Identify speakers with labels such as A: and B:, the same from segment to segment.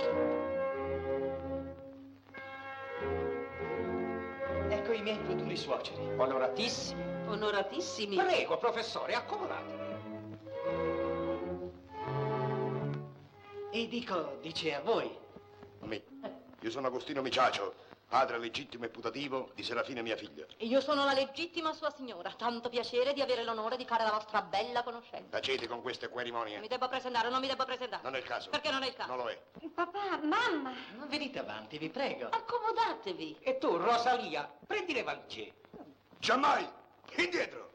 A: proprio Ecco i miei futuri suoceri.
B: Onoratissimi.
C: Onoratissimi.
B: Prego, professore, accomodatevi.
A: E dico, dice a voi.
D: Me.
C: eh,
D: Io sono Agostino Miciacio, padre legittimo e putativo di Serafina mia figlia.
C: Io sono la legittima sua signora. Tanto piacere di avere l'onore di fare la vostra bella conoscenza.
D: Tacete con queste
C: Mi
D: querimonie.
C: devo presentare o non mi devo presentare?
D: Non è il caso.
C: Perché non è il caso?
D: Non lo è.
E: Papà, mamma,
A: Venite avanti, vi prego.
C: Accomodatevi.
B: E tu, Rosalia, prendi le valigie.
D: Giammai! Indietro!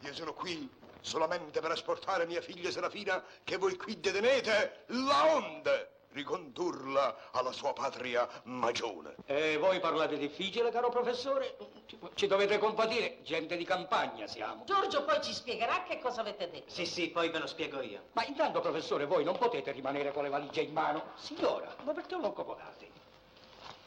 D: Io sono qui solamente per asportare mia figlia Serafina che voi qui detenete la onde ricondurla alla sua patria magione.
B: E voi parlate difficile, caro professore? Ci- Ci dovete compatire, gente di campagna siamo.
C: Giorgio poi ci spiegherà che cosa avete detto.
A: Sì, sì, poi ve lo spiego io.
B: Ma intanto, professore, voi non potete rimanere con le valigie in mano. Signora, ma perché non lo accomodate?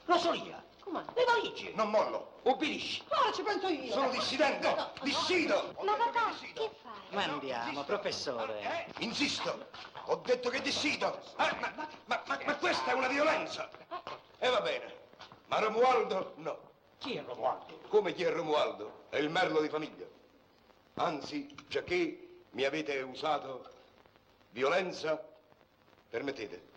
B: Rosalia,
C: Come?
B: le valigie!
D: Non mollo,
B: Ubbidisci!
C: Ora ci penso io.
D: sono dissidente,
C: no,
D: dissido! Ho
E: ma
D: detto che
E: papà,
D: dissido.
E: che fai?
A: Ma andiamo,
C: Ah,
A: professore.
B: Eh?
D: Insisto, ho detto che dissido. Eh, ma, ma- ma- ma- ma questa è una violenza. E va bene, ma Romualdo no.
B: Chi è Romualdo?
D: Come chi è Romualdo? È il merlo di famiglia. Anzi, giacché mi avete usato violenza, permettete.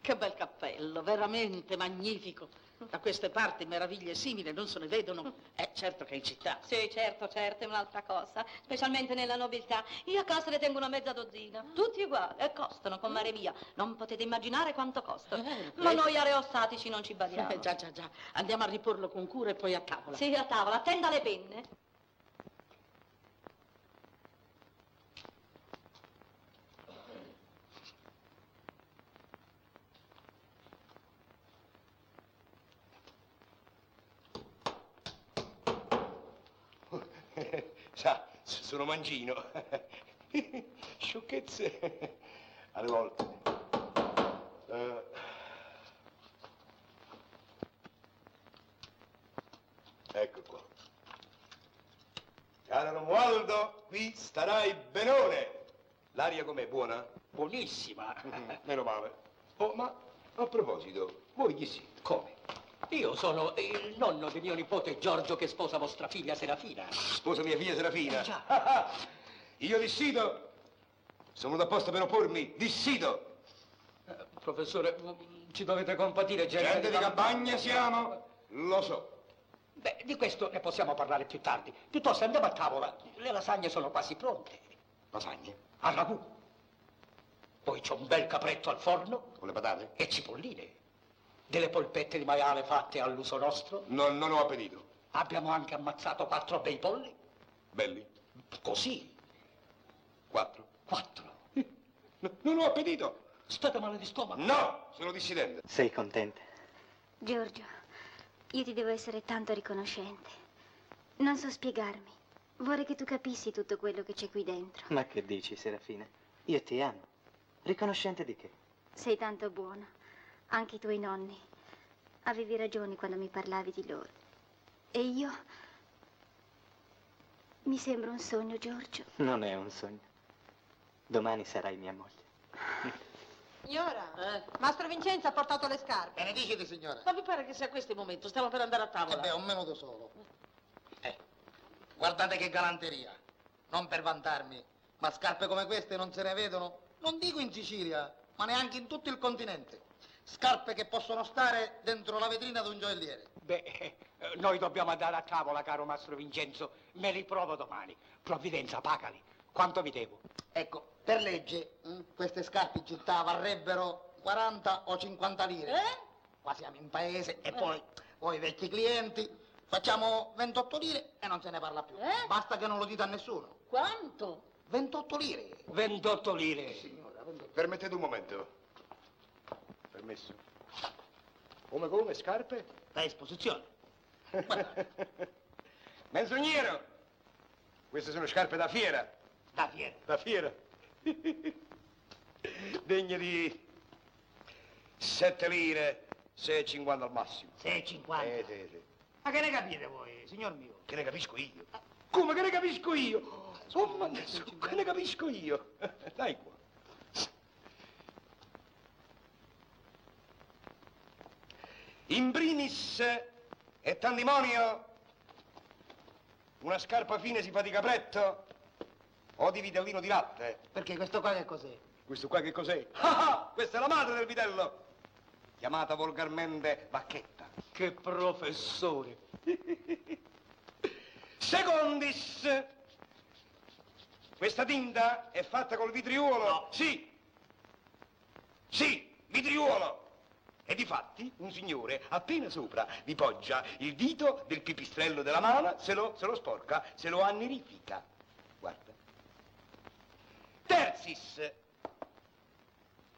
C: Che bel cappello, veramente magnifico. Da queste parti meraviglie simili non se ne vedono. È certo che in città.
F: Sì, certo, certo, è un'altra cosa, specialmente nella nobiltà. Io a casa ne tengo una mezza dozzina, tutti uguali, e costano, comare mia. Non potete immaginare quanto costano.
C: Eh,
F: Ma
C: eh.
F: noi areostatici non ci badiamo.
C: Eh, già, già, già. Andiamo a riporlo con cura e poi a tavola.
F: Sì, a tavola, attenda le penne.
D: Eh, Sa, s- sono mangino. Sciocchezze alle volte. Eh, Ecco qua. Caro Romualdo, qui starai benone. L'aria com'è? Buona?
B: Buonissima.
D: Meno male. Oh, ma a proposito, voi chi siete?
B: Come? Io sono il nonno di mio nipote Giorgio che sposa vostra figlia Serafina.
D: Sposa mia figlia Serafina.
B: Eh, già.
D: Io dissido. Sono venuto apposta per oppormi. Dissido.
B: Eh, professore, mm, ci dovete compatire, gente,
D: Gente di
B: camp-
D: campagna siamo. Certo. Lo so.
B: Beh, di questo ne possiamo parlare più tardi. Piuttosto andiamo a tavola. Le lasagne sono quasi pronte.
D: Lasagne?
B: Al ragù. Poi c'è un bel capretto al forno
D: Con le patate?
B: e cipolline. Delle polpette di maiale fatte all'uso nostro.
D: No, non ho appetito.
B: Abbiamo anche ammazzato quattro bei polli.
D: Belli?
B: Così,
D: Quattro?
B: quattro.
D: No, non ho appetito.
B: State male di stomaco.
D: No, sono dissidente.
A: Sei contenta?
E: Giorgio, io ti devo essere tanto riconoscente. Non so spiegarmi. Vorrei che tu capissi tutto quello che c'è qui dentro.
A: Ma che dici, Serafina? Io ti amo. Riconoscente di che?
E: Sei tanto buono. Anche i tuoi nonni. Avevi ragione quando mi parlavi di loro. E io... Mi sembra un sogno, Giorgio.
A: Non è un sogno. Domani sarai mia moglie.
G: Eh?
H: Signora, Mastro Vincenzo ha portato le scarpe.
G: Benedicite Eh, signora.
C: Ma vi pare che sia questo il momento? Stiamo per andare a
G: Eh beh,
C: tavola.
G: un minuto solo. Eh, guardate che galanteria. Non per vantarmi, ma scarpe come queste non se ne vedono, non dico in Sicilia, ma neanche in tutto il continente. Scarpe che possono stare dentro la vetrina di un gioielliere.
B: Beh, eh, noi dobbiamo andare a tavola, caro Mastro Vincenzo. Me li provo domani. Provvidenza, pagali. Quanto vi devo?
G: Ecco, per legge, mm, queste scarpe in città varrebbero 40 o 50 lire. Qua siamo in paese e poi voi vecchi clienti facciamo 28 lire e non se ne parla più.
F: Eh?
G: Basta che non lo dite a nessuno.
F: Quanto?
G: 28 lire.
B: 28 lire.
D: Permettete un momento. Permesso. Come, come? Scarpe?
G: Da esposizione.
D: Menzognero! Queste sono scarpe da fiera.
G: Da fiera.
D: La fiera. Degna di 7 lire, 6,50 al massimo.
G: 6,50.
D: Eh, sì, sì.
G: Ma che ne capite voi, signor mio?
D: Che ne capisco io? Come che ne capisco io? Oh, ma
B: Eh,
D: che ne capisco io? Dai qua.
B: In primis è tandimonio. Una scarpa fine si fa di capretto o di vitellino di latte.
I: Perché questo qua che cos'è?
B: Questo qua che cos'è? Ah, ah, questa è la madre del vitello, chiamata volgarmente bacchetta.
D: Che professore!
B: Secondis, questa tinta è fatta col vitriolo.
D: No.
B: Sì, sì, vitriolo. E difatti un signore appena sopra vi poggia il dito del pipistrello della mano, se lo, se lo sporca, se lo annerifica. Guarda. Tersis,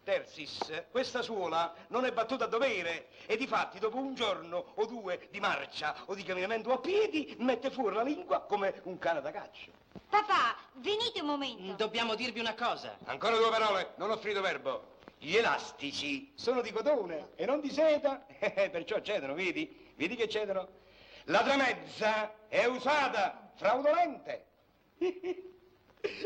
B: Tersis, questa suola non è battuta a dovere e difatti dopo un giorno o due di marcia o di camminamento a piedi mette fuori la lingua come un cane da caccia.
F: Papà, venite un momento.
C: Dobbiamo dirvi una cosa.
B: Ancora due parole, non ho finito verbo. Gli elastici sono di cotone e non di seta, eh, perciò cedono, vedi? Vedi che cedono? La tramezza è usata, fraudolente.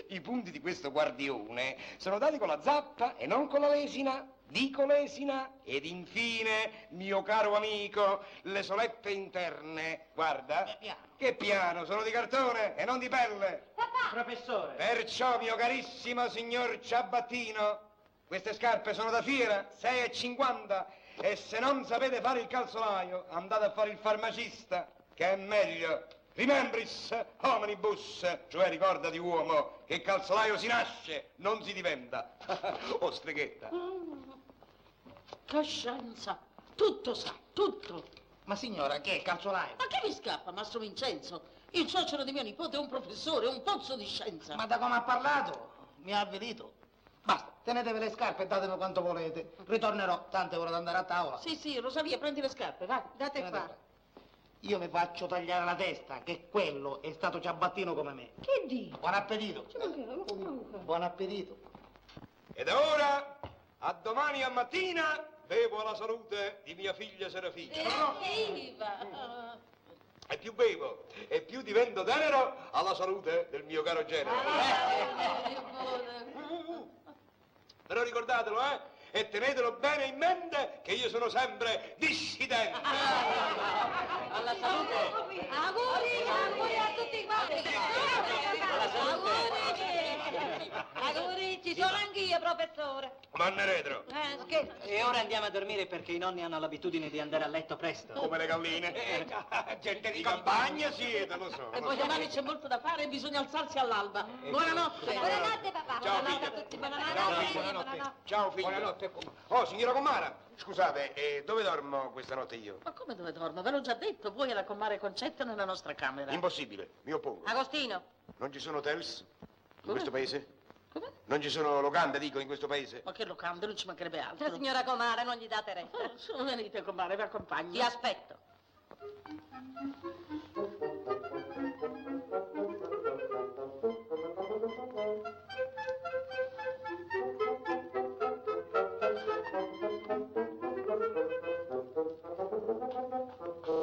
B: I punti di questo guardione sono dati con la zappa e non con la lesina. Dico lesina ed infine, mio caro amico, le solette interne. Guarda,
C: Eh, piano.
B: che piano, sono di cartone e non di pelle.
C: Professore.
B: Perciò, mio carissimo signor Ciabattino, queste scarpe sono da fiera, 6,50 e se non sapete fare il calzolaio, andate a fare il farmacista, che è meglio. Rimembris hominibus, cioè ricorda di uomo, che calzolaio si nasce, non si diventa. o streghetta.
C: Coscienza. Tutto sa, tutto.
I: Ma signora, che è calzolaio?
C: Ma che vi scappa, Mastro Vincenzo? Il suocero di mio nipote è un professore, è un pozzo di scienza.
I: Ma da come ha parlato, mi ha avvilito. Basta, tenetevi le scarpe e datemi quanto volete. Ritornerò, tanto è ora di andare a tavola.
C: Sì, sì, Rosalia, prendi le scarpe, vai.
J: Date
I: Tenete
J: qua.
I: qua. Io mi faccio tagliare la testa, che quello è stato ciabattino come me.
F: Che dici?
I: Buon appetito. Buon appetito.
B: Ed ora, a domani a mattina, bevo alla salute di mia figlia Serafina.
C: Eh,
F: Evviva!
B: E più bevo, e più divento tenero alla salute del mio caro genero. Però ricordatelo, eh? E tenetelo bene in mente che io sono sempre dissidente.
C: Alla salute.
F: Auguri, auguri a tutti quanti! Auguri! Auguri, ci sono anch'io, professore!
B: Manne retro,
F: Eh, scherzo!
K: E ora andiamo a dormire perché i nonni hanno l'abitudine di andare a letto presto.
B: come le galline.
D: Eh, gente di
B: Di campagna
D: campagna!
B: Eh, siete, lo so.
C: E
B: Lo
C: poi
B: so.
C: domani c'è molto da fare e bisogna alzarsi all'alba.
I: Eh,
C: Buonanotte.
F: Buonanotte, papà!
B: Ciao,
F: Buonanotte a
B: figlio.
F: tutti,
B: Ciao,
F: buonanotte!
B: figlio, buonanotte. Ciao, figlio. Buonanotte. Oh, signora Comara, scusate, eh, dove dormo questa notte io?
C: Ma come dove dormo? Ve l'ho già detto, voi e la comare Concetta nella nostra camera.
B: Impossibile, mi oppongo.
F: Agostino!
B: Non ci sono hotels in
C: Come?
B: questo paese?
C: Come?
B: Non ci sono locande, dico, in questo paese?
C: Ma che locande, non ci mancherebbe altro.
F: La signora Comara, non gli date retta!
C: Eh, Venite, comare, vi accompagno.
F: Ti aspetto!